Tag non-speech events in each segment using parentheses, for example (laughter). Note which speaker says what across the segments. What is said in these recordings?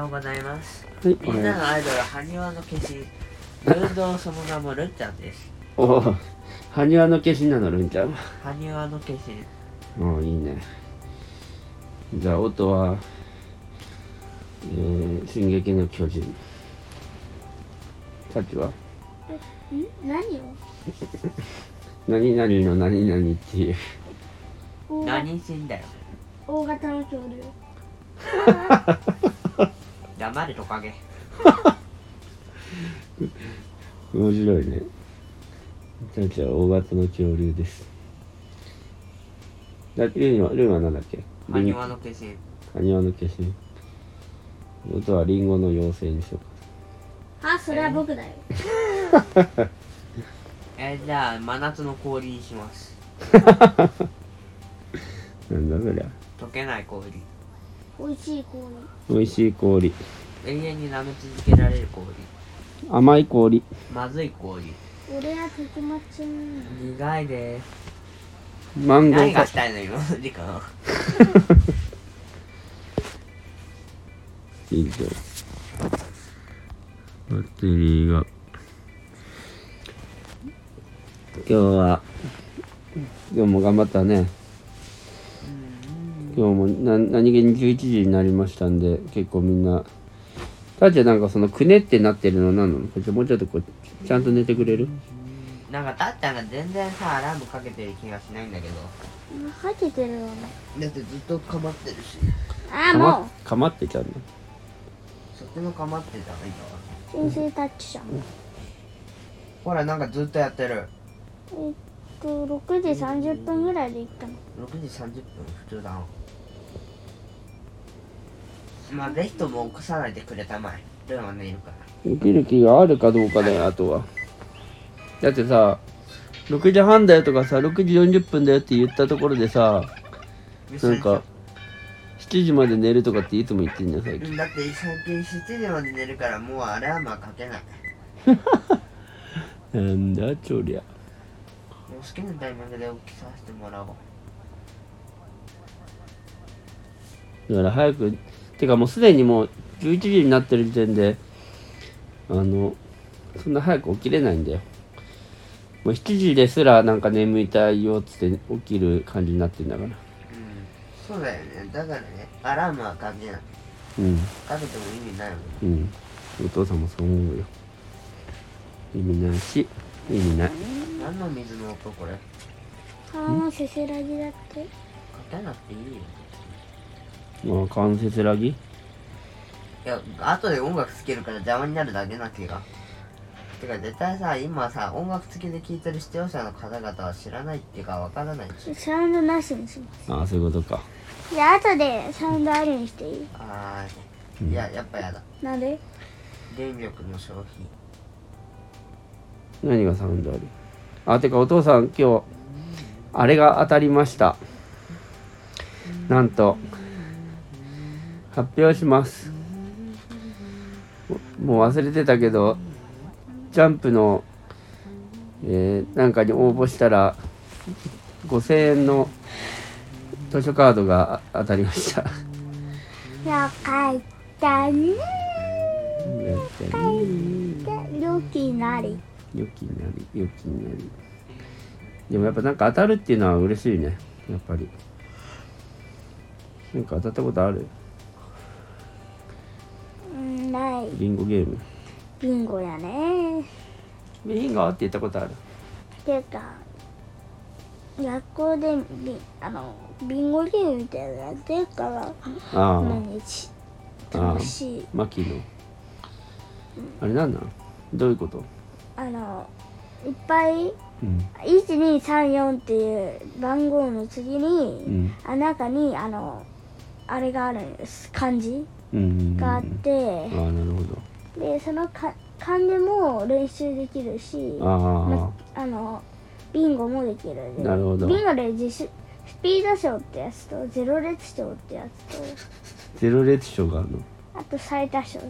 Speaker 1: はい、
Speaker 2: みんなのアイドル埴輪の消し運動その名もルンちゃんです
Speaker 1: おおー埴輪の消しなのるんちゃん
Speaker 2: 埴輪の消し
Speaker 1: おおいいねじゃあ音は「えー、進撃の巨人」さっきは
Speaker 3: ん何を
Speaker 1: 「何々の何々」っていう
Speaker 3: 大が
Speaker 2: 何人だよ
Speaker 3: 大型の恐竜
Speaker 2: 黙れトカゲ
Speaker 1: 面白いねちゃんちゃんは大型の恐竜ですだルーンはルーンは何だっけ
Speaker 2: 埴輪の消し
Speaker 1: 埴輪の消し音はリンゴの妖精にしようか
Speaker 3: あそれは僕だよ
Speaker 2: えーじゃあ真夏の氷にします
Speaker 1: なんだそりゃ
Speaker 2: 溶けない氷
Speaker 3: 美味しい氷
Speaker 1: 美味しい氷
Speaker 2: 永遠に舐め続けられる氷
Speaker 1: 甘い氷
Speaker 2: まずい氷
Speaker 3: 俺はときまちん
Speaker 2: 苦いです
Speaker 1: マンゴ
Speaker 2: 何
Speaker 1: ー
Speaker 2: が
Speaker 1: か
Speaker 2: したいの今の時間
Speaker 1: 以上バッテリーが今日は今日も頑張ったね今日もな何気に11時になりましたんで結構みんなたーちゃんなんかそのくねってなってるの何なのこっちもうちょっとこうちゃんと寝てくれる
Speaker 2: なんかたっちゃんが全然さアラームかけてる気がしないんだけど
Speaker 3: かけてるよね
Speaker 2: だってずっとかまってるし
Speaker 3: あ
Speaker 1: か
Speaker 3: も
Speaker 1: まかまってちゃうの
Speaker 2: そっちのかまってたの今
Speaker 3: う先生タッチじゃん
Speaker 2: ほらなんかずっとやってる
Speaker 3: えっと6時30分ぐらいでいっかな
Speaker 2: 6時30分普通だなまあぜひとも起こさないでくれたまえルーマねいるから
Speaker 1: 起きる気があるかどうかだよあとはだってさ6時半だよとかさ6時40分だよって言ったところでさなんか7時まで寝るとかっていつも言ってんじゃん最
Speaker 2: う
Speaker 1: 近
Speaker 2: んだって最近7時まで寝るからもうアラームはかけない
Speaker 1: なんだちょりゃ
Speaker 2: もう好きなタイミングで起きさせてもらおう
Speaker 1: だから早くてかもうすでにもう11時になってる時点であのそんな早く起きれないんだよもう7時ですらなんか眠いたいよっつって起きる感じになってんだから
Speaker 2: うんそうだよねだからねアラームはかけない
Speaker 1: うん
Speaker 2: かけても意味ないもん
Speaker 1: うんお父さんもそう思うよ意味ないし意味ない
Speaker 2: 何の水の音これか
Speaker 3: 川のせせらぎだって
Speaker 2: けなくていいよ
Speaker 1: まあ関節ラギ
Speaker 2: いや後で音楽つけるから邪魔になるだけな気がてか絶対さ今さ音楽付きで聴いてる視聴者の方々は知らないっていうかわからないし
Speaker 3: サウンドなしにしま
Speaker 1: ああそういうことか
Speaker 3: すいや後でサウンドありにしていい
Speaker 2: あーいややっぱやだ
Speaker 3: なんで
Speaker 2: 電力の消費
Speaker 1: 何がサウンドあるあてかお父さん今日あれが当たりましたなんと発表しますももう忘れてたけどジャンプの、えーなんかに応募したら5000円の図書カードがあ当たりました
Speaker 3: よかったね
Speaker 1: なんかね
Speaker 3: で料金なり
Speaker 1: 良きになり良きになりでもやっぱなんか当たるっていうのは嬉しいねやっぱりなんか当たったことある
Speaker 3: うんない
Speaker 1: ビンゴゲーム
Speaker 3: ビンゴやね
Speaker 1: ビンゴって言ったことある
Speaker 3: ていうか学校でビあのビンゴゲームみたいなのやってるから
Speaker 1: あ
Speaker 3: 毎
Speaker 1: あ
Speaker 3: 日
Speaker 1: ああ
Speaker 3: 楽しい
Speaker 1: 牧野あれなんなんどういうこと
Speaker 3: あのいっぱい
Speaker 1: うん
Speaker 3: 1234っていう番号の次に、
Speaker 1: うん
Speaker 3: あ中にあのあれがあるんです漢字
Speaker 1: うんうんうん
Speaker 3: があっ
Speaker 1: あ
Speaker 3: て、
Speaker 1: あなるほど
Speaker 3: でそのか漢字も練習できるし
Speaker 1: あ
Speaker 3: まあのビンゴもできるんで
Speaker 1: なるほど
Speaker 3: ビンゴで自主スピード賞ってやつとゼロ列賞ってやつと
Speaker 1: あゼロ列賞がある
Speaker 3: あと最多賞だ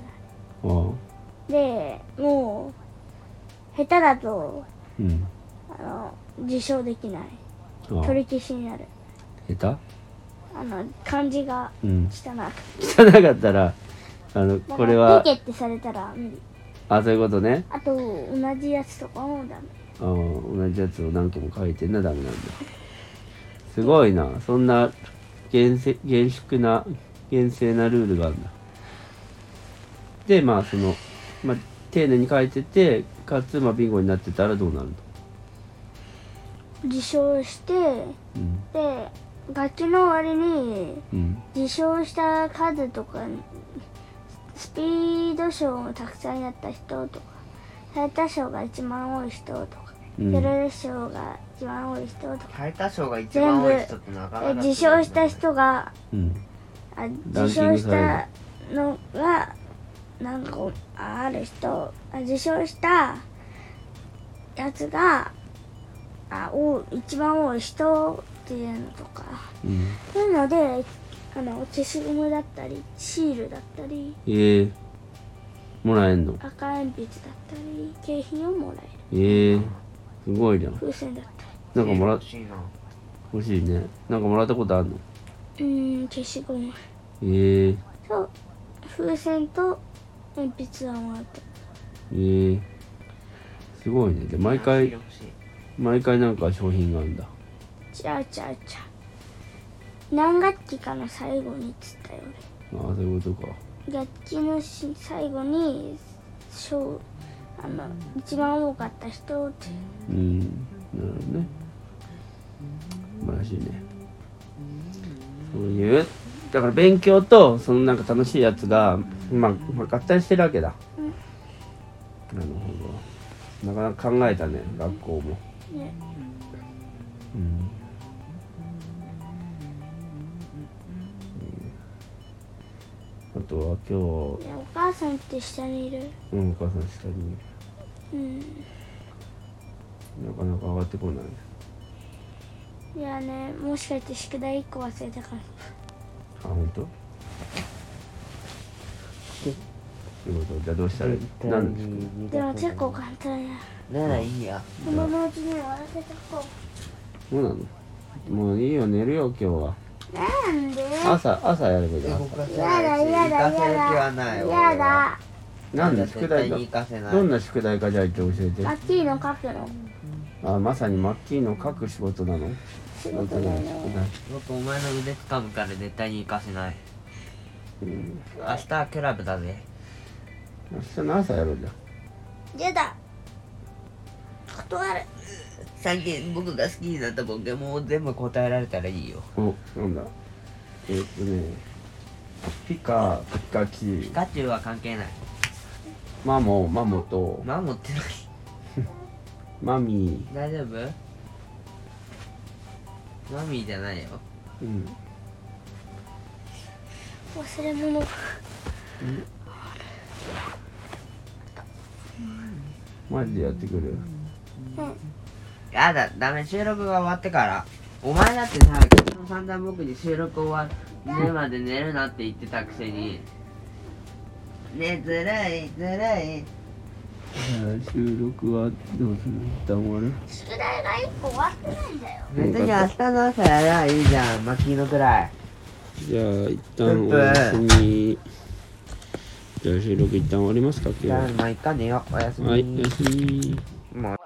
Speaker 1: の
Speaker 3: でもう下手だと
Speaker 1: ああうん
Speaker 3: あの受賞できない
Speaker 1: ああ
Speaker 3: 取り消しになる
Speaker 1: 下
Speaker 3: あの漢字が
Speaker 1: 手うん (laughs)
Speaker 3: 汚く
Speaker 1: 汚かったらあの
Speaker 3: だから
Speaker 1: これは
Speaker 3: ペケってされたら無理
Speaker 1: あそういうことね
Speaker 3: あと同じやつとかもダメ
Speaker 1: あー同じやつを何個も書いてんなダメなんだすごいなそんな厳正厳粛な厳正なルールがあるんだでまあその、まあ、丁寧に書いててかつ、まあ、ビンゴになってたらどうなるの、
Speaker 3: 自称して
Speaker 1: うん
Speaker 3: で楽器の割に
Speaker 1: うん、
Speaker 3: 受賞した数とかスピード賞もたくさんやった人とか最多賞が一番多い人とか
Speaker 1: うん
Speaker 3: プロレス賞が一番多い人とか
Speaker 2: 最多賞が一番多い人ってなかな
Speaker 3: で
Speaker 2: か
Speaker 3: 受賞した人が
Speaker 1: うん、
Speaker 3: あ
Speaker 1: ラン
Speaker 3: 受
Speaker 1: キング
Speaker 3: 賞
Speaker 1: さ
Speaker 3: し
Speaker 1: れる
Speaker 3: たのがなんかある人あ受賞したやつがあお一番多い人っていうのとか
Speaker 1: うん、
Speaker 3: そういうのであの消しゴムだったりシールだったり
Speaker 1: えー、もらえんの
Speaker 3: 赤鉛筆だったり景品をもらえる
Speaker 1: えー、すごいじゃん
Speaker 3: 風船だった
Speaker 1: なんかもら
Speaker 2: 欲しいな
Speaker 1: 欲しいねなんかもらったことあるの
Speaker 3: りうーん消しゴム
Speaker 1: えー、
Speaker 3: と風船と鉛筆はもらった
Speaker 1: えー、すごいねで毎回
Speaker 2: 欲しい
Speaker 1: 毎回なんか商品があるんだ
Speaker 3: ちゃうちゃうちゃう何学期かの最後にっつったよ
Speaker 1: ああそういうことか
Speaker 3: 俺楽器のし最後に賞あの一番多かった人って
Speaker 1: うんなるほどね素晴らしいねそういうだから勉強とそのなんか楽しいやつがまあ、まあ合体してるわけだ、なるほどなかなか考えたね学校も
Speaker 3: ね
Speaker 1: うんあとは今
Speaker 3: いやお母さんって下にいる
Speaker 1: 日、うん、お母さん下に
Speaker 3: うん
Speaker 1: なかなか上がってこない
Speaker 3: いやねもしかして宿題1個忘れたかも
Speaker 1: あ、本当。ということじゃあどうしたらいいなんですか
Speaker 3: でも結構簡単や
Speaker 2: ならいいや
Speaker 3: こののうちに終わらせとこ
Speaker 1: そうなのもういいよ寝るよ今日は
Speaker 3: うなんで
Speaker 1: 朝朝やればいい
Speaker 2: 動
Speaker 1: よ
Speaker 2: かせ
Speaker 3: や
Speaker 2: ない
Speaker 3: だ
Speaker 2: し
Speaker 3: やだ
Speaker 2: 行か
Speaker 3: や
Speaker 2: せ
Speaker 3: だ
Speaker 2: る気はない俺は
Speaker 3: やだ
Speaker 1: なんで宿
Speaker 2: 絶
Speaker 1: 題
Speaker 2: 対
Speaker 1: が
Speaker 2: に行かせない
Speaker 1: どんな宿題かじゃあ一応教えて
Speaker 3: ラッキーの書くの
Speaker 1: あまさにマッキーの書く仕事なの仕
Speaker 3: 仕
Speaker 1: 事
Speaker 3: 事だ
Speaker 1: なの
Speaker 3: ね
Speaker 2: 僕お前の腕掴むから絶対に行かせない
Speaker 1: 宿題うん
Speaker 2: 明日はクラブだぜ
Speaker 1: 明日の朝やろうじゃん
Speaker 3: やだ断る
Speaker 2: 最近僕が好きになったポケモンを全部答えられたらいいよ
Speaker 1: おなんだえーっとねピカピカキ
Speaker 2: ピカチュウは関係ない
Speaker 1: マモマモと
Speaker 2: まあ持ってない
Speaker 1: マミー
Speaker 2: 大丈夫マミーじゃないよ
Speaker 1: うん
Speaker 3: 忘れ物
Speaker 1: マジでやってくる
Speaker 2: やだダメ収録が終わってからお前だってさ昨日散々僕に収録終わるまで寝るなって言ってたくせにねずるいずるい
Speaker 1: 収録はどうする一旦終わる
Speaker 3: 宿題が1個終わってないんだよ
Speaker 2: 別に明日の朝やりゃいいじゃん、マキのくらい。
Speaker 1: じゃあ一旦お休みじゃあ収録一旦終わりますか
Speaker 2: じ
Speaker 1: 今
Speaker 2: ゃあ、
Speaker 1: 日
Speaker 2: まあ、いっかねよ。おやすみ。
Speaker 1: ははいおやすみ
Speaker 2: もう